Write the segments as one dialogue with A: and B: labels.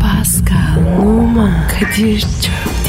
A: Pascal, Oman, Kadir çok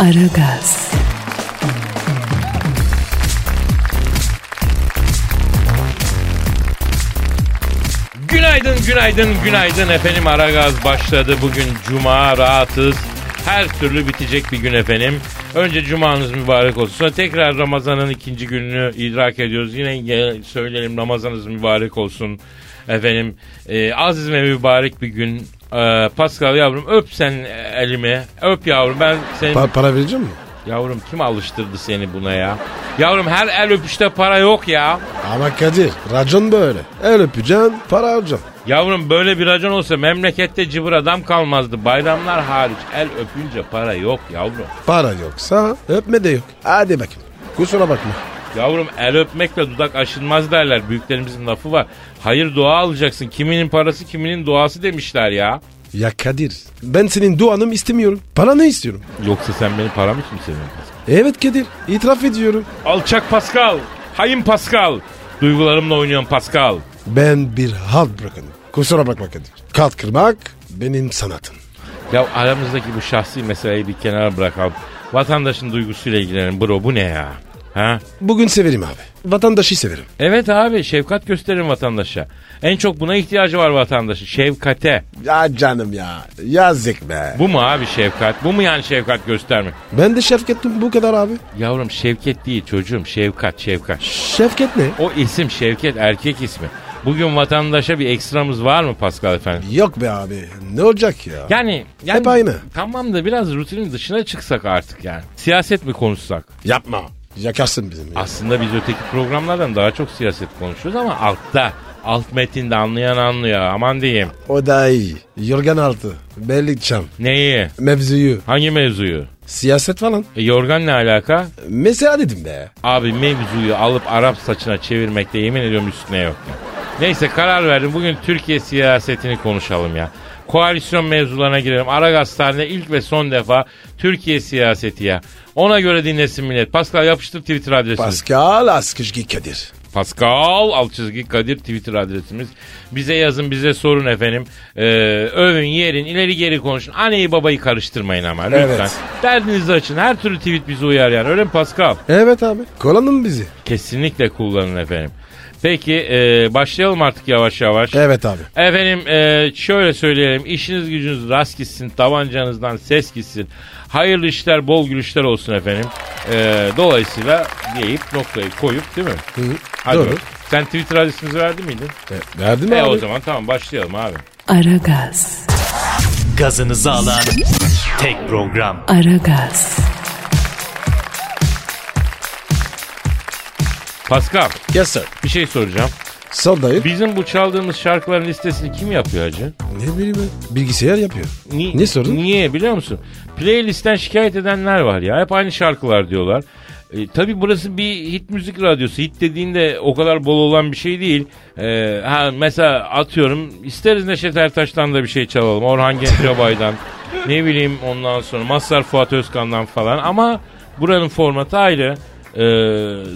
A: Aragaz,
B: Günaydın, günaydın, günaydın efendim. Aragaz başladı. Bugün Cuma, rahatız. Her türlü bitecek bir gün efendim. Önce Cuma'nız mübarek olsun. Sonra tekrar Ramazan'ın ikinci gününü idrak ediyoruz. Yine ge- söyleyelim Ramazan'ınız mübarek olsun. Efendim e, aziz ve mübarek bir gün. E, Pascal yavrum öp sen elimi. Öp yavrum ben senin...
C: Pa- para verecek mi?
B: yavrum kim alıştırdı seni buna ya? Yavrum her el öpüşte para yok ya.
C: Ama Kadir racon böyle. El öpeceksin para alacaksın.
B: Yavrum böyle bir racon olsa memlekette cıvır adam kalmazdı. Bayramlar hariç el öpünce para yok yavrum.
C: Para yoksa öpme de yok. Hadi bakayım. Kusura bakma.
B: Yavrum el öpmekle dudak aşınmaz derler. Büyüklerimizin lafı var. Hayır dua alacaksın. Kiminin parası kiminin duası demişler ya.
C: Ya Kadir ben senin duanı istemiyorum. Paranı istiyorum.
B: Yoksa sen benim param için mi seviyorsun? Pascal?
C: Evet Kadir itiraf ediyorum.
B: Alçak Pascal. Hain Pascal. Duygularımla oynuyorum Pascal.
C: Ben bir halt bırakınım. Kusura bakma Kadir. Kalk kırmak benim sanatım.
B: Ya aramızdaki bu şahsi meseleyi bir kenara bırakalım. Vatandaşın duygusuyla ilgilenin bro bu ne ya? Ha?
C: Bugün severim abi. Vatandaşı severim.
B: Evet abi şefkat gösterin vatandaşa. En çok buna ihtiyacı var vatandaşın. Şefkate.
C: Ya canım ya. Yazık be.
B: Bu mu abi şefkat? Bu mu yani şefkat göstermek?
C: Ben de şefketim bu kadar abi.
B: Yavrum şefket değil çocuğum. Şefkat şefkat.
C: Şefket ne?
B: O isim şefket erkek ismi. Bugün vatandaşa bir ekstramız var mı Pascal efendim?
C: Yok be abi. Ne olacak ya?
B: Yani, yani
C: Hep aynı.
B: Tamam da biraz rutinin dışına çıksak artık yani. Siyaset mi konuşsak?
C: Yapma. Yakarsın bizim ya.
B: Aslında biz öteki programlardan daha çok siyaset konuşuyoruz ama altta. Alt metinde anlayan anlıyor. Aman diyeyim.
C: O da iyi. Yorgan altı. Belli çam.
B: Neyi?
C: Mevzuyu.
B: Hangi mevzuyu?
C: Siyaset falan.
B: E, yorgan ne alaka?
C: Mesela dedim be.
B: Abi mevzuyu alıp Arap saçına çevirmekte yemin ediyorum üstüne yok. ya. Neyse karar verdim. Bugün Türkiye siyasetini konuşalım ya. Koalisyon mevzularına girelim. Ara Gazete'de ilk ve son defa Türkiye siyaseti ya. Ona göre dinlesin millet. Pascal yapıştır Twitter adresini.
C: Pascal Askışki Kadir.
B: Pascal alt çizgi Kadir Twitter adresimiz. Bize yazın bize sorun efendim. Ee, övün yerin ileri geri konuşun. Anneyi babayı karıştırmayın ama lütfen.
C: Evet.
B: Derdinizi açın. Her türlü tweet bizi uyar yani öyle mi Pascal?
C: Evet abi. Kullanın bizi.
B: Kesinlikle kullanın efendim. Peki e, başlayalım artık yavaş yavaş.
C: Evet abi.
B: Efendim e, şöyle söyleyelim. İşiniz gücünüz rast gitsin. Tabancanızdan ses gitsin. Hayırlı işler, bol gülüşler olsun efendim. E, dolayısıyla deyip noktayı koyup değil mi?
C: Hı,
B: Hadi
C: Doğru.
B: bakalım. Sen Twitter adresimizi verdin miydin?
C: E, verdim
B: E
C: abi.
B: o zaman tamam başlayalım abi.
A: Aragaz,
D: Gazınızı alan tek program.
A: Aragaz,
B: Pascal
C: Yes sir.
B: bir şey soracağım.
C: Sor dayı.
B: Bizim bu çaldığımız şarkıların listesini kim yapıyor hacı?
C: Ne bileyim ben. Bilgisayar yapıyor.
B: Ni-
C: Ne sorun?
B: Niye biliyor musun? Playlist'ten şikayet edenler var ya. Hep aynı şarkılar diyorlar. E, tabii burası bir hit müzik radyosu. Hit dediğinde o kadar bol olan bir şey değil. E, ha, mesela atıyorum isteriz Neşet Ertaş'tan da bir şey çalalım. Orhan Gencebay'dan. ne bileyim ondan sonra Mazhar Fuat Özkan'dan falan. Ama buranın formatı ayrı. E,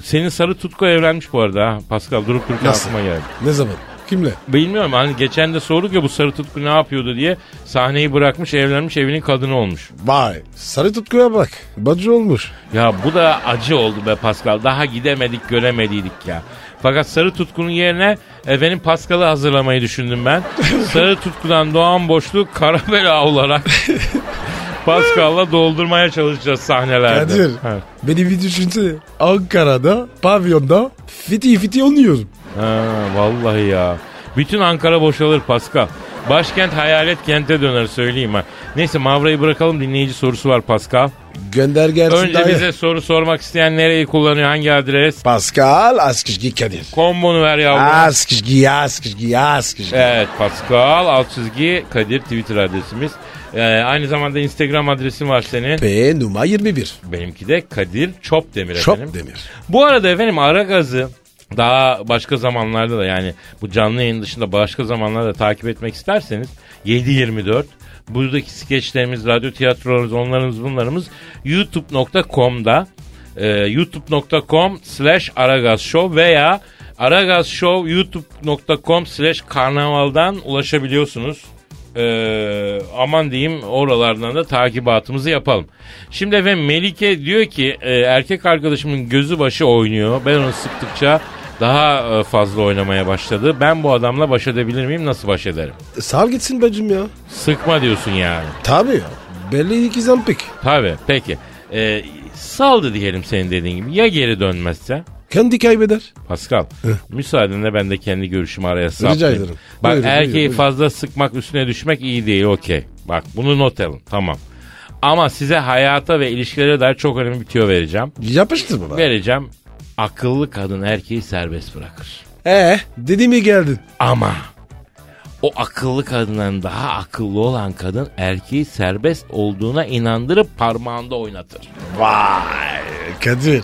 B: senin sarı tutku evlenmiş bu arada. ha. Pascal durup durup
C: Nasıl?
B: aklıma geldi.
C: Ne zaman? Kimle?
B: Bilmiyorum hani geçen de sorduk ya bu sarı tutku ne yapıyordu diye sahneyi bırakmış evlenmiş evinin kadını olmuş.
C: Vay. Sarı tutkuya bak. Bacı olmuş.
B: Ya bu da acı oldu be Pascal daha gidemedik göremediydik ya. Fakat sarı tutkunun yerine efendim Pascal'ı hazırlamayı düşündüm ben. sarı tutkudan doğan boşluk kara bela olarak Pascal'la doldurmaya çalışacağız sahnelerde.
C: Kadir.
B: Ha.
C: Beni bir düşünsene. Ankara'da pavyonda fiti fiti oynuyorum.
B: Ha, vallahi ya. Bütün Ankara boşalır Pascal. Başkent hayalet kente döner söyleyeyim ha. Neyse Mavra'yı bırakalım dinleyici sorusu var Pascal.
C: Gönder gelsin
B: Önce
C: dayı.
B: bize soru sormak isteyen nereyi kullanıyor hangi adres?
C: Pascal Askışgi Kadir.
B: Kombonu ver yavrum.
C: Askışgi Askışgi Askışgi.
B: Evet Pascal alt çizgi Kadir Twitter adresimiz. Ee, aynı zamanda Instagram adresin var senin.
C: P numara 21.
B: Benimki de Kadir Çopdemir efendim.
C: Çok demir.
B: Bu arada efendim ara gazı daha başka zamanlarda da yani bu canlı yayın dışında başka zamanlarda da takip etmek isterseniz 7-24 buradaki skeçlerimiz, radyo tiyatrolarımız, onlarımız bunlarımız youtube.com'da e, youtube.com slash aragazshow veya aragazshow youtube.com slash karnavaldan ulaşabiliyorsunuz. Ee, aman diyeyim oralardan da takibatımızı yapalım. Şimdi efendim Melike diyor ki e, erkek arkadaşımın gözü başı oynuyor. Ben onu sıktıkça daha e, fazla oynamaya başladı. Ben bu adamla baş edebilir miyim? Nasıl baş ederim?
C: Sağ gitsin bacım ya.
B: Sıkma diyorsun yani.
C: Tabii ya. Belli iki zampik.
B: Tabii peki. Ee, saldı diyelim senin dediğin gibi. Ya geri dönmezse?
C: Kendi kaybeder.
B: Pascal, müsaadenle ben de kendi görüşümü araya saplayayım.
C: ederim.
B: Bak
C: Buyurun,
B: erkeği
C: buyurun, buyurun.
B: fazla sıkmak üstüne düşmek iyi değil okey. Bak bunu not alın tamam. Ama size hayata ve ilişkilere dair çok önemli bir tüyo vereceğim.
C: Yapıştır baba.
B: Vereceğim. Akıllı kadın erkeği serbest bırakır.
C: Ee, dedi mi geldin?
B: Ama o akıllı kadından daha akıllı olan kadın erkeği serbest olduğuna inandırıp parmağında oynatır.
C: Vay Kadir.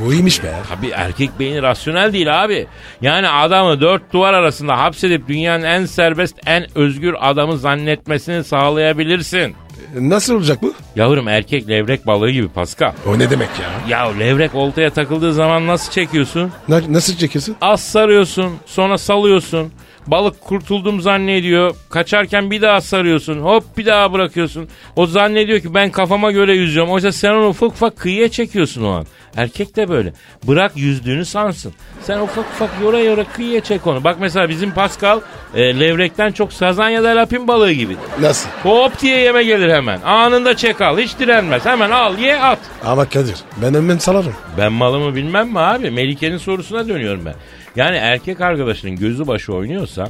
C: Bu iyiymiş be.
B: Tabii erkek beyni rasyonel değil abi. Yani adamı dört duvar arasında hapsedip dünyanın en serbest, en özgür adamı zannetmesini sağlayabilirsin.
C: Nasıl olacak bu?
B: Yavrum erkek levrek balığı gibi Paska.
C: O ne demek ya?
B: Ya levrek oltaya takıldığı zaman nasıl çekiyorsun?
C: Na- nasıl çekiyorsun?
B: Az sarıyorsun, sonra salıyorsun. Balık kurtuldum zannediyor. Kaçarken bir daha sarıyorsun. Hop bir daha bırakıyorsun. O zannediyor ki ben kafama göre yüzüyorum. Oysa sen onu ufak ufak kıyıya çekiyorsun o an. Erkek de böyle. Bırak yüzdüğünü sansın. Sen ufak ufak yora yora kıyıya çek onu. Bak mesela bizim Pascal e, levrekten çok sazan ya da lapin balığı gibi.
C: Nasıl?
B: Hop diye yeme gelir hemen. Anında çek al. Hiç direnmez. Hemen al ye at.
C: Ama Kadir ben hemen salarım.
B: Ben malımı bilmem mi abi? Melike'nin sorusuna dönüyorum ben. Yani erkek arkadaşının gözü başı oynuyorsa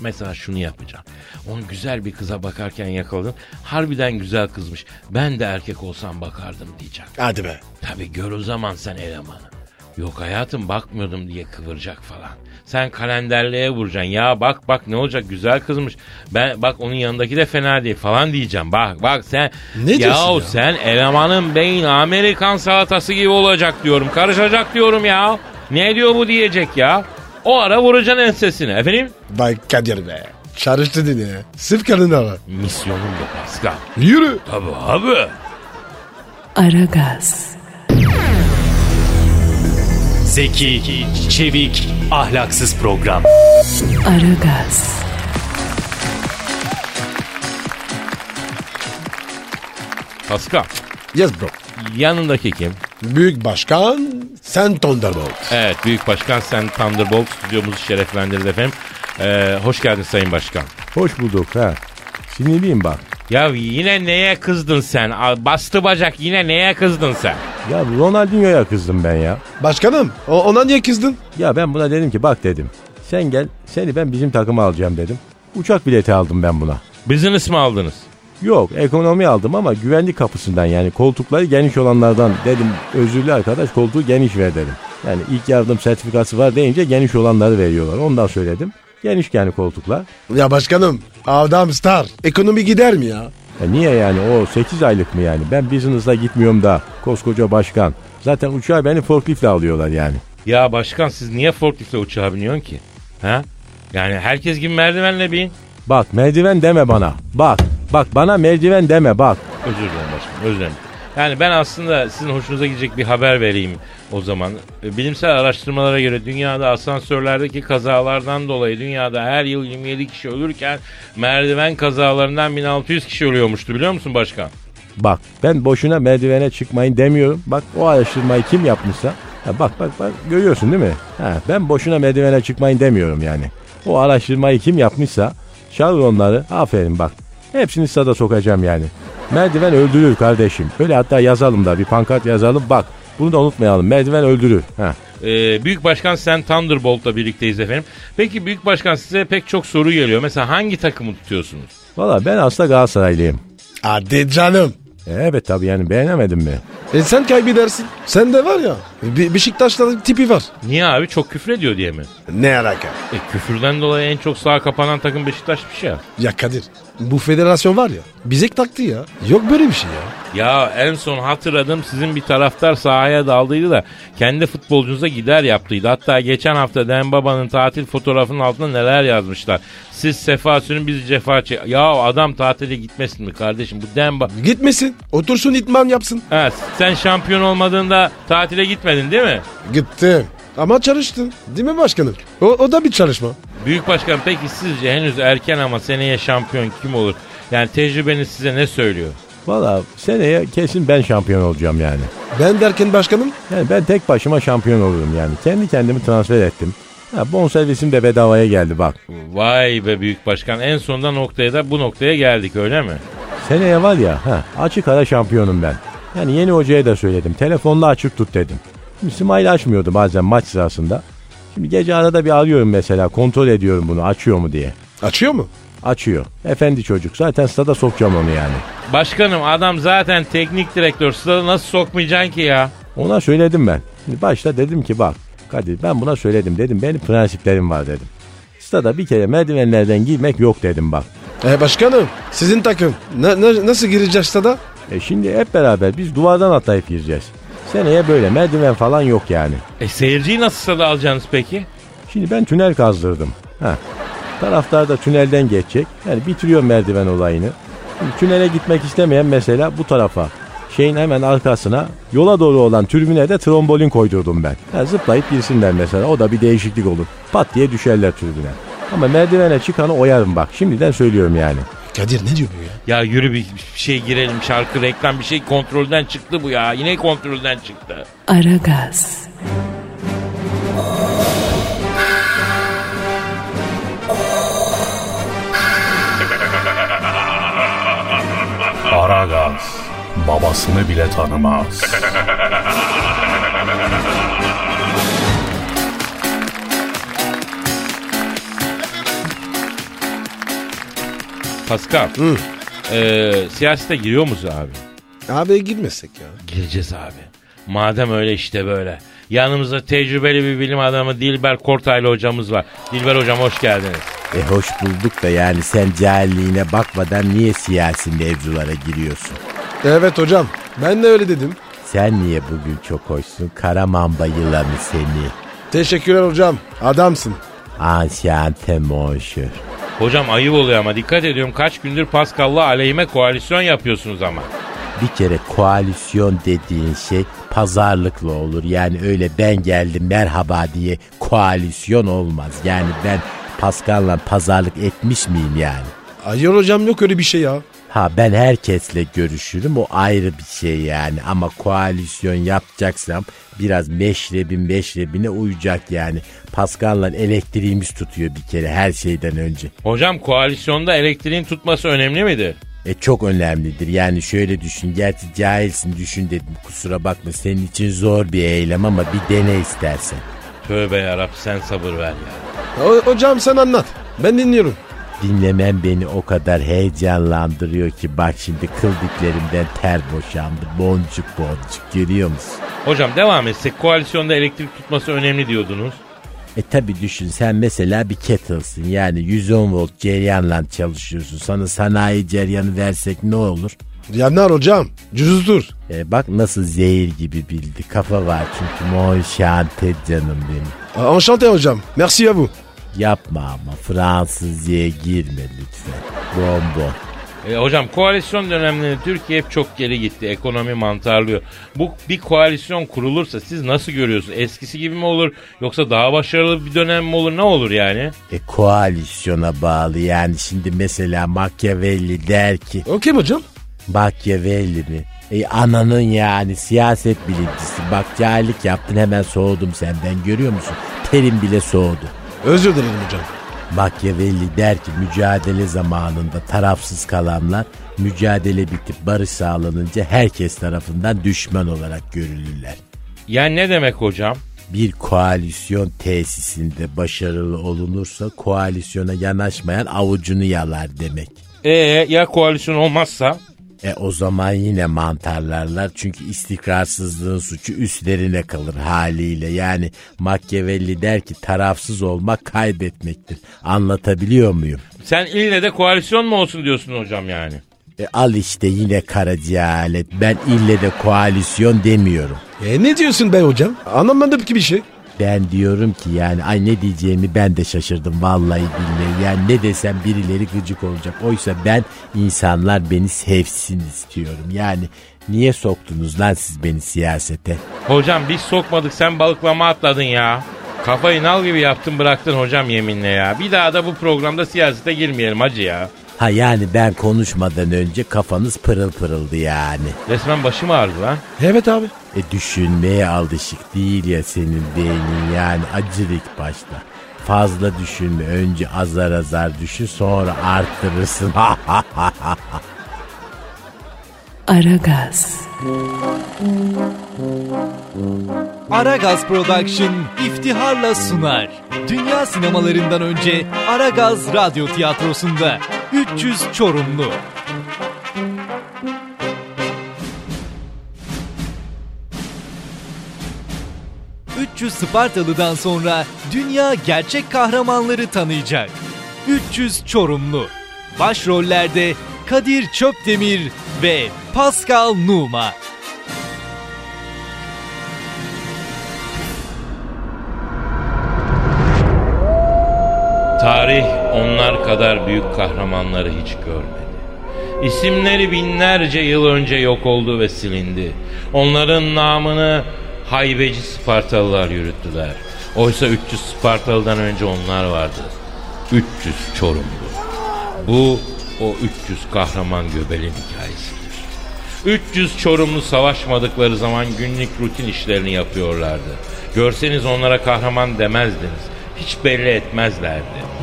B: mesela şunu yapacağım. Onu güzel bir kıza bakarken yakaladın. Harbiden güzel kızmış. Ben de erkek olsam bakardım diyecek.
C: Hadi be.
B: Tabii gör o zaman sen elemanı. Yok hayatım bakmıyordum diye kıvıracak falan. Sen kalenderliğe vuracaksın. Ya bak bak ne olacak güzel kızmış. Ben bak onun yanındaki de fena değil falan diyeceğim. Bak bak sen
C: Ne diyorsun ya?
B: sen elemanın beyin Amerikan salatası gibi olacak diyorum. Karışacak diyorum ya. Ne diyor bu diyecek ya. O ara vuracaksın ensesine. Efendim?
C: Bay Kadir be. Çağrıştırdın ya. Sırf kadına var.
B: Misyonum bu Pascal.
C: Yürü.
B: Tabii abi.
A: Aragaz,
E: Zeki, çevik, ahlaksız program.
A: Aragaz,
B: Pascal.
C: Yes bro.
B: Yanındaki kim?
C: Büyük Başkan sen Thunderbolt.
B: Evet Büyük Başkan Sen Thunderbolt stüdyomuzu şereflendirdi efendim. Ee, hoş geldin Sayın Başkan.
F: Hoş bulduk ha. Sinirliyim bak.
B: Ya yine neye kızdın sen? A- Bastı bacak yine neye kızdın sen?
F: Ya Ronaldinho'ya kızdım ben ya.
C: Başkanım o- ona niye kızdın?
F: Ya ben buna dedim ki bak dedim. Sen gel seni ben bizim takıma alacağım dedim. Uçak bileti aldım ben buna.
B: Business mi aldınız?
F: Yok ekonomi aldım ama güvenlik kapısından yani koltukları geniş olanlardan dedim özürlü arkadaş koltuğu geniş ver dedim. Yani ilk yardım sertifikası var deyince geniş olanları veriyorlar ondan söyledim. Geniş yani koltuklar.
C: Ya başkanım adam star. Ekonomi gider mi ya?
F: Ya E niye yani o 8 aylık mı yani ben business'la gitmiyorum da koskoca başkan. Zaten uçağı beni forkliftle alıyorlar yani.
B: Ya başkan siz niye forkliftle uçağa biniyorsun ki? Ha? Yani herkes gibi merdivenle bin.
F: Bak merdiven deme bana. Bak. Bak bana merdiven deme bak.
B: Özür dilerim başkanım özür dilerim. Yani ben aslında sizin hoşunuza gidecek bir haber vereyim o zaman. E, Bilimsel araştırmalara göre dünyada asansörlerdeki kazalardan dolayı dünyada her yıl 27 kişi ölürken merdiven kazalarından 1600 kişi ölüyormuştu biliyor musun başkan?
F: Bak ben boşuna merdivene çıkmayın demiyorum. Bak o araştırmayı kim yapmışsa. Ha, bak bak bak görüyorsun değil mi? Ha, ben boşuna merdivene çıkmayın demiyorum yani. O araştırmayı kim yapmışsa çağır onları aferin bak. Hepsini sada sokacağım yani. Merdiven öldürür kardeşim. Öyle hatta yazalım da bir pankart yazalım bak. Bunu da unutmayalım. Merdiven öldürür. Ha.
B: Ee, Büyük Başkan Sen Thunderbolt'la birlikteyiz efendim. Peki Büyük Başkan size pek çok soru geliyor. Mesela hangi takımı tutuyorsunuz?
G: Valla ben aslında Galatasaraylıyım.
C: Hadi canım.
G: E, evet tabii yani beğenemedim mi?
C: E sen kaybedersin. Sen de var ya Be- Beşiktaş'ta tipi var.
B: Niye abi çok küfür ediyor diye mi?
C: Ne alaka?
B: E, küfürden dolayı en çok sağa kapanan takım Beşiktaş'mış ya.
C: Ya Kadir bu federasyon var ya bize taktı ya. Yok böyle bir şey ya.
B: Ya en son hatırladım sizin bir taraftar sahaya daldıydı da kendi futbolcunuza gider yaptıydı. Hatta geçen hafta Dembaba'nın tatil fotoğrafının altına neler yazmışlar. Siz sefa sürün biz cefa çek. Ya adam tatile gitmesin mi kardeşim bu Demba...
C: Gitmesin. Otursun itman yapsın.
B: Ha, sen şampiyon olmadığında tatile gitmedin değil mi?
C: Gittim. Ama çalıştın. Değil mi başkanım? O, o da bir çalışma.
B: Büyük başkan peki sizce henüz erken ama seneye şampiyon kim olur? Yani tecrübeniz size ne söylüyor?
G: Valla seneye kesin ben şampiyon olacağım yani.
C: Ben derken başkanım
G: Yani ben tek başıma şampiyon olurum yani. Kendi kendimi transfer ettim. Ha, bonservisim de bedavaya geldi bak.
B: Vay be büyük başkan en sonunda noktaya da bu noktaya geldik öyle mi?
G: Seneye var ya ha, açık ara şampiyonum ben. Yani yeni hocaya da söyledim. Telefonla açık tut dedim. Şimdi Smile açmıyordu bazen maç sırasında. Şimdi gece arada bir arıyorum mesela. Kontrol ediyorum bunu açıyor mu diye.
C: açıyor mu?
G: Açıyor. Efendi çocuk. Zaten stada sokacağım onu yani.
B: Başkanım adam zaten teknik direktör. Stadı nasıl sokmayacaksın ki ya?
G: Ona söyledim ben. Şimdi başta dedim ki bak Kadir ben buna söyledim dedim. Benim prensiplerim var dedim. Stada bir kere merdivenlerden girmek yok dedim bak.
C: E başkanım sizin takım Na- na- nasıl gireceğiz stada?
G: E şimdi hep beraber biz duvardan atlayıp gireceğiz. Seneye böyle merdiven falan yok yani.
B: E seyirciyi nasıl stada alacaksınız peki?
G: Şimdi ben tünel kazdırdım. Ha. Taraftar da tünelden geçecek. Yani bitiriyor merdiven olayını. Şimdi tünele gitmek istemeyen mesela bu tarafa. Şeyin hemen arkasına yola doğru olan türbüne de trombolin koydurdum ben. Ha, zıplayıp girsinler mesela o da bir değişiklik olur. Pat diye düşerler türbüne. Ama merdivene çıkanı oyarım bak şimdiden söylüyorum yani.
C: Kadir ne diyor bu ya?
B: Ya yürü bir bir şey girelim şarkı reklam bir şey kontrolden çıktı bu ya. Yine kontrolden çıktı.
A: Aragaz,
D: Aragaz babasını bile tanımaz.
B: Pascal. e, siyasete giriyor muyuz abi?
C: Abi girmesek ya.
B: Gireceğiz abi. Madem öyle işte böyle. Yanımızda tecrübeli bir bilim adamı Dilber Kortaylı hocamız var. Dilber hocam hoş geldiniz.
F: E hoş bulduk da yani sen cahilliğine bakmadan niye siyasi mevzulara giriyorsun?
C: Evet hocam ben de öyle dedim.
F: Sen niye bugün çok hoşsun? Karamamba yılanı seni.
C: Teşekkürler hocam adamsın.
F: Ancien monşur.
B: Hocam ayıp oluyor ama dikkat ediyorum kaç gündür Pascal'la aleyhime koalisyon yapıyorsunuz ama.
F: Bir kere koalisyon dediğin şey pazarlıkla olur. Yani öyle ben geldim merhaba diye koalisyon olmaz. Yani ben Pascal'la pazarlık etmiş miyim yani?
C: Hayır hocam yok öyle bir şey ya.
F: Ha ben herkesle görüşürüm o ayrı bir şey yani ama koalisyon yapacaksam biraz meşrebin meşrebine uyacak yani. Pascal'la elektriğimiz tutuyor bir kere her şeyden önce.
B: Hocam koalisyonda elektriğin tutması önemli miydi?
F: E çok önemlidir yani şöyle düşün gerçi cahilsin düşün dedim kusura bakma senin için zor bir eylem ama bir dene istersen.
B: Tövbe yarabbim sen sabır ver ya.
C: O- hocam sen anlat ben dinliyorum.
F: Dinlemen beni o kadar heyecanlandırıyor ki bak şimdi kıldıklarımdan ter boşandı boncuk boncuk görüyor musun?
B: Hocam devam etsek koalisyonda elektrik tutması önemli diyordunuz.
F: E tabi düşün sen mesela bir kettle'sın yani 110 volt ceryanla çalışıyorsun. Sana sanayi ceryanı versek ne olur?
C: Yanar hocam cüzdür.
F: E bak nasıl zehir gibi bildi. Kafa var çünkü mon şante canım benim.
C: Enchanté hocam merci à vous.
F: Yapma ama Fransızca'ya girme lütfen. Bombo.
B: E, hocam koalisyon dönemlerinde Türkiye hep çok geri gitti. Ekonomi mantarlıyor. Bu bir koalisyon kurulursa siz nasıl görüyorsunuz? Eskisi gibi mi olur yoksa daha başarılı bir dönem mi olur ne olur yani?
F: E koalisyona bağlı yani şimdi mesela Machiavelli der ki
C: Okey mi hocam?
F: Machiavelli mi? E ananın yani siyaset bilimcisi. Bak cahillik yaptın hemen soğudum senden görüyor musun? Terim bile soğudu.
C: Özür dilerim hocam.
F: Machiavelli der ki mücadele zamanında tarafsız kalanlar mücadele bitip barış sağlanınca herkes tarafından düşman olarak görülürler.
B: Yani ne demek hocam?
F: bir koalisyon tesisinde başarılı olunursa koalisyona yanaşmayan avucunu yalar demek.
B: Ee ya koalisyon olmazsa?
F: E o zaman yine mantarlarlar çünkü istikrarsızlığın suçu üstlerine kalır haliyle. Yani Machiavelli der ki tarafsız olmak kaybetmektir. Anlatabiliyor muyum?
B: Sen ille de koalisyon mu olsun diyorsun hocam yani?
F: E, al işte yine karaciğer alet. Ben ille de koalisyon demiyorum.
C: E ne diyorsun be hocam? Anlamadım ki bir şey.
F: Ben diyorum ki yani ay ne diyeceğimi ben de şaşırdım vallahi billahi. Yani ne desem birileri gıcık olacak. Oysa ben insanlar beni sevsin istiyorum. Yani niye soktunuz lan siz beni siyasete?
B: Hocam biz sokmadık sen balıklama atladın ya. Kafayı nal gibi yaptın bıraktın hocam yeminle ya. Bir daha da bu programda siyasete girmeyelim hacı ya.
F: Ha yani ben konuşmadan önce kafanız pırıl pırıldı yani.
B: Resmen başım ağrıdı lan.
C: Evet abi.
F: E düşünmeye alışık değil ya senin beynin yani acılık başta. Fazla düşünme önce azar azar düşün sonra arttırırsın.
A: Aragaz,
E: Aragaz Production iftiharla sunar. Dünya sinemalarından önce Aragaz Radyo Tiyatrosu'nda 300 Çorumlu. ...300 Spartalı'dan sonra dünya gerçek kahramanları tanıyacak. 300 Çorumlu. Başrollerde Kadir Çöpdemir ve Pascal Numa.
B: Tarih onlar kadar büyük kahramanları hiç görmedi. İsimleri binlerce yıl önce yok oldu ve silindi. Onların namını haybeci Spartalılar yürüttüler. Oysa 300 Spartalı'dan önce onlar vardı. 300 Çorumlu. Bu o 300 kahraman göbelin hikayesidir. 300 Çorumlu savaşmadıkları zaman günlük rutin işlerini yapıyorlardı. Görseniz onlara kahraman demezdiniz. Hiç belli etmezlerdi.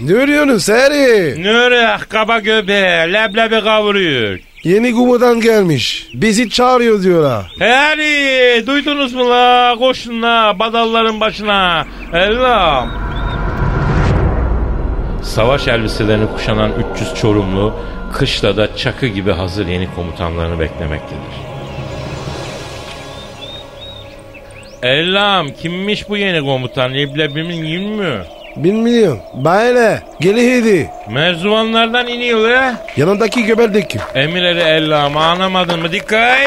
C: Ne örüyorsun Seri?
B: Nuri kaba göbeği leblebi kavuruyor.
C: Yeni Gumu'dan gelmiş. Bizi çağırıyor diyorlar.
B: Heri duydunuz mu la koşun la badalların başına. Ellam. Savaş elbiselerini kuşanan 300 Çorumlu kışlada çakı gibi hazır yeni komutanlarını beklemektedir. Ellam kimmiş bu yeni komutan? Leblebimin yün mü?
C: Bilmiyorum. Böyle. Gelihidi.
B: Merzuvanlardan iniyor la.
C: Yanındaki göberdeki.
B: Emirleri Ellam anlamadın mı? Dikkat!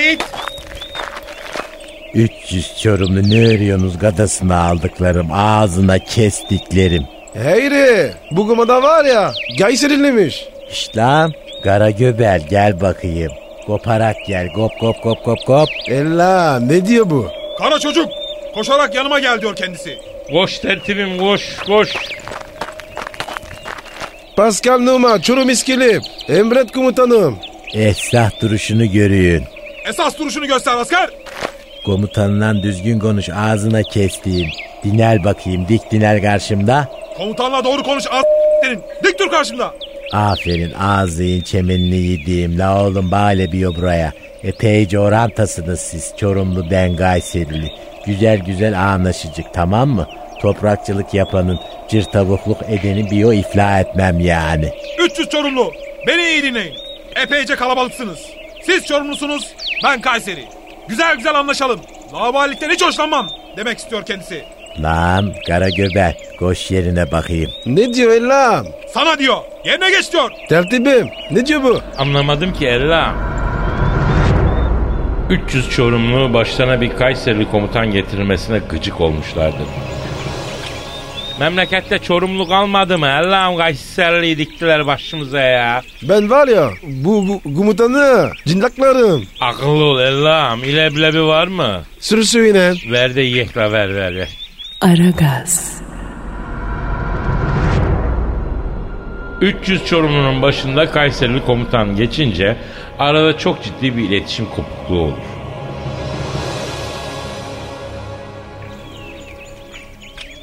F: 300 çorumlu ne örüyorsunuz gadasına aldıklarım ağzına kestiklerim.
C: Heyri. E Bu Gumu'da var ya. Gayserilmiş.
F: İşte lan kara göbel gel bakayım. Koparak gel kop kop kop kop kop.
C: Ella ne diyor bu?
H: Kara çocuk koşarak yanıma gel diyor kendisi.
B: Koş tertibim koş koş.
C: Pascal Numa, Çorum İskilip. Emret komutanım.
F: Eslah duruşunu görüyün.
H: Esas duruşunu göster asker.
F: Komutanından düzgün konuş ağzına kestiğim. Dinel bakayım dik dinel karşımda.
H: Komutanla doğru konuş as senin. Dik dur karşımda.
F: Aferin ağzıyın çemenini yediğim la oğlum bale biyo buraya. Epeyce orantasınız siz Çorumlu ben Gayserili. Güzel güzel anlaşıcık tamam mı? Toprakçılık yapanın cır tavukluk edeni biyo ifla etmem yani.
H: 300 Çorumlu beni iyi dinleyin. Epeyce kalabalıksınız. Siz Çorumlusunuz ben Kayseri. Güzel güzel anlaşalım. Lavalikten hiç hoşlanmam demek istiyor kendisi.
F: Lan kara göbel koş yerine bakayım.
C: Ne diyor Ella?
H: Sana diyor yerine geç diyor.
C: Tertibim. Ne diyor bu?
B: Anlamadım ki Ella. 300 Çorumlu başlarına bir Kayserili komutan getirilmesine gıcık olmuşlardı. Memlekette Çorumlu kalmadı mı? Allah'ım Kayserili'yi diktiler başımıza ya.
C: Ben var ya bu, bu komutanı cindaklarım.
B: Akıllı ol Allah'ım. İleblebi var mı?
C: Sürüsü inen.
B: Ver de yekla ver ver ver.
A: Aragaz,
B: 300 Çorumlu'nun başında Kayserili komutan geçince arada çok ciddi bir iletişim kopukluğu olur.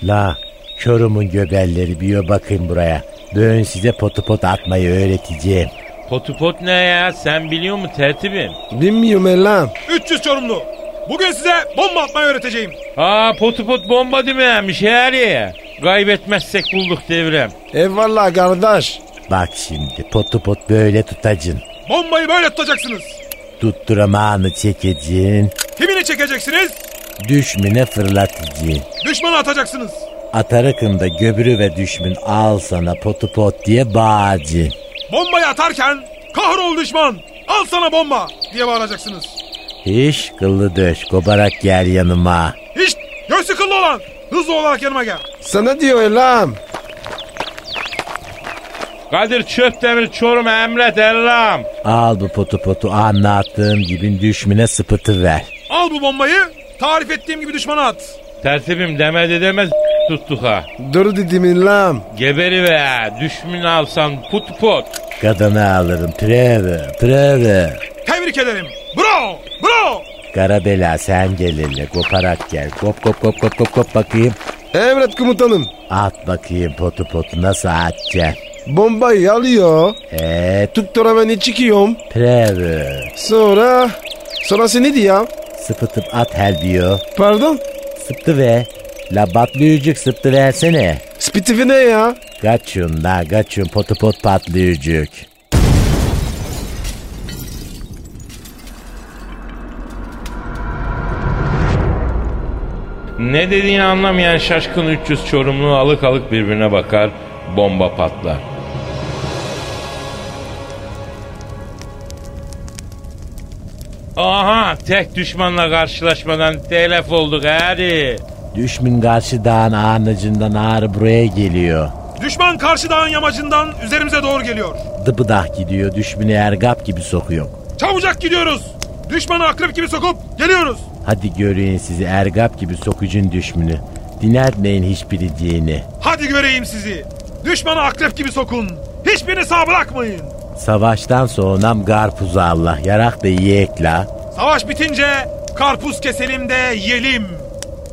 F: La Çorum'un göbelleri biyo bakın buraya. Böğün size potu pot atmayı öğreteceğim.
B: Potupot ne ya sen biliyor mu tertibim?
C: Bilmiyorum lan.
H: 300 Çorumlu. Bugün size bomba atmayı öğreteceğim.
B: Aa potupot bomba dümenmiş her ya. Kaybetmezsek bulduk devrem.
C: Eyvallah kardeş.
F: Bak şimdi potu pot böyle tutacın.
H: Bombayı böyle tutacaksınız.
F: Tutturamağını çekecin.
H: Kimini çekeceksiniz?
F: Düşmüne fırlatıcın.
H: Düşmana atacaksınız.
F: Atarakında göbürü ve düşmün al sana potu pot diye bağcı.
H: Bombayı atarken kahrol düşman al sana bomba diye bağıracaksınız.
F: Hiç kıllı döş kobarak gel yanıma.
H: Hiç göz sıkılı olan hızlı olarak yanıma gel.
C: Sana diyor lan.
B: Kadir Çöptemir Çorum Emret Ellam.
F: Al bu potu potu anlattığım gibi düşmüne sıpıtı ver.
H: Al bu bombayı tarif ettiğim gibi düşmana at.
B: Tertibim demedi demez tuttuk ha.
C: Dur dedim lan.
B: Geberi ve düşmün alsan put pot.
F: Kadını alırım preve preve.
H: Tebrik ederim. Bravo, bravo.
F: Kara bela sen gel hele koparak gel. Kop kop kop kop kop kop bakayım.
C: Emret komutanım.
F: At bakayım potu potu nasıl atacaksın.
C: Bombayı alıyor.
F: Evet
C: Tutturameni çıkıyorum.
F: preve.
C: Sonra... Sonrası neydi ya?
F: Sıpıtıp at her diyor.
C: Pardon?
F: Sıptı ve. La batlıyıcık sıptı versene.
C: Spitifi ne ya?
F: Kaçın la kaçın potu pot patlayıcık.
B: Ne dediğini anlamayan şaşkın 300 Çorumlu alık alık birbirine bakar. Bomba patlar. Aha tek düşmanla karşılaşmadan telef olduk hadi.
F: Düşmün karşı dağın ağacından ağrı buraya geliyor.
H: Düşman karşı dağın yamacından üzerimize doğru geliyor.
F: Dıbıdah gidiyor düşmüne ergap gibi sokuyor.
H: Çabucak gidiyoruz. Düşmanı akrep gibi sokup geliyoruz.
F: Hadi göreyim sizi ergap gibi sokucun düşmünü. Dinletmeyin hiçbiriciğini.
H: Hadi göreyim sizi. Düşmanı akrep gibi sokun. Hiçbirini sağ bırakmayın.
F: Savaştan sonam garpuzu Allah. Yarak da yiyek la.
H: Savaş bitince karpuz keselim de yiyelim.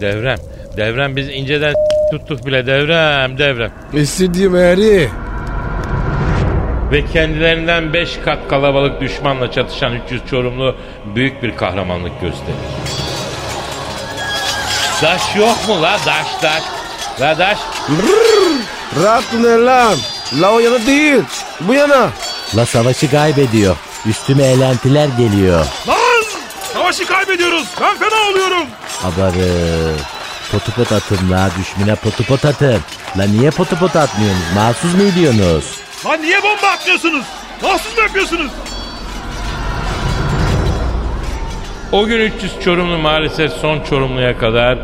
B: Devrem, devrem biz inceden tuttuk bile devrem, devrem.
C: İstediğim eri.
B: Ve kendilerinden 5 kat kalabalık düşmanla çatışan 300 Çorumlu büyük bir kahramanlık gösterir. Daş yok mu la daş daş? La daş
C: Rahat ne lan? La o yana değil. Bu yana.
F: La savaşı kaybediyor. Üstüme elentiler geliyor.
H: Lan! Savaşı kaybediyoruz. Ben fena oluyorum.
F: Abarı. Potupot atın la düşmüne potupot atın. La niye potupot atmıyorsunuz? Mahsus mu ediyorsunuz?
H: Lan niye bomba atıyorsunuz? Mahsus mu yapıyorsunuz?
B: o gün 300 Çorumlu maalesef son Çorumlu'ya kadar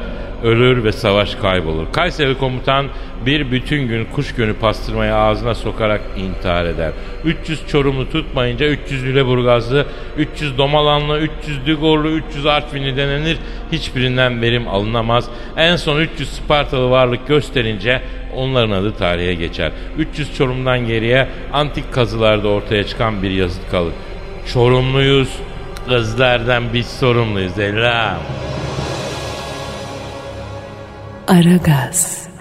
B: ölür ve savaş kaybolur. Kayseri komutan bir bütün gün kuş gönü pastırmayı ağzına sokarak intihar eder. 300 Çorumlu tutmayınca 300 Lüleburgazlı, 300 Domalanlı, 300 Digorlu, 300 Artvinli denenir. Hiçbirinden verim alınamaz. En son 300 Spartalı varlık gösterince onların adı tarihe geçer. 300 Çorum'dan geriye antik kazılarda ortaya çıkan bir yazıt kalır. Çorumluyuz, kızlardan biz sorumluyuz Elram.
A: Aragaz.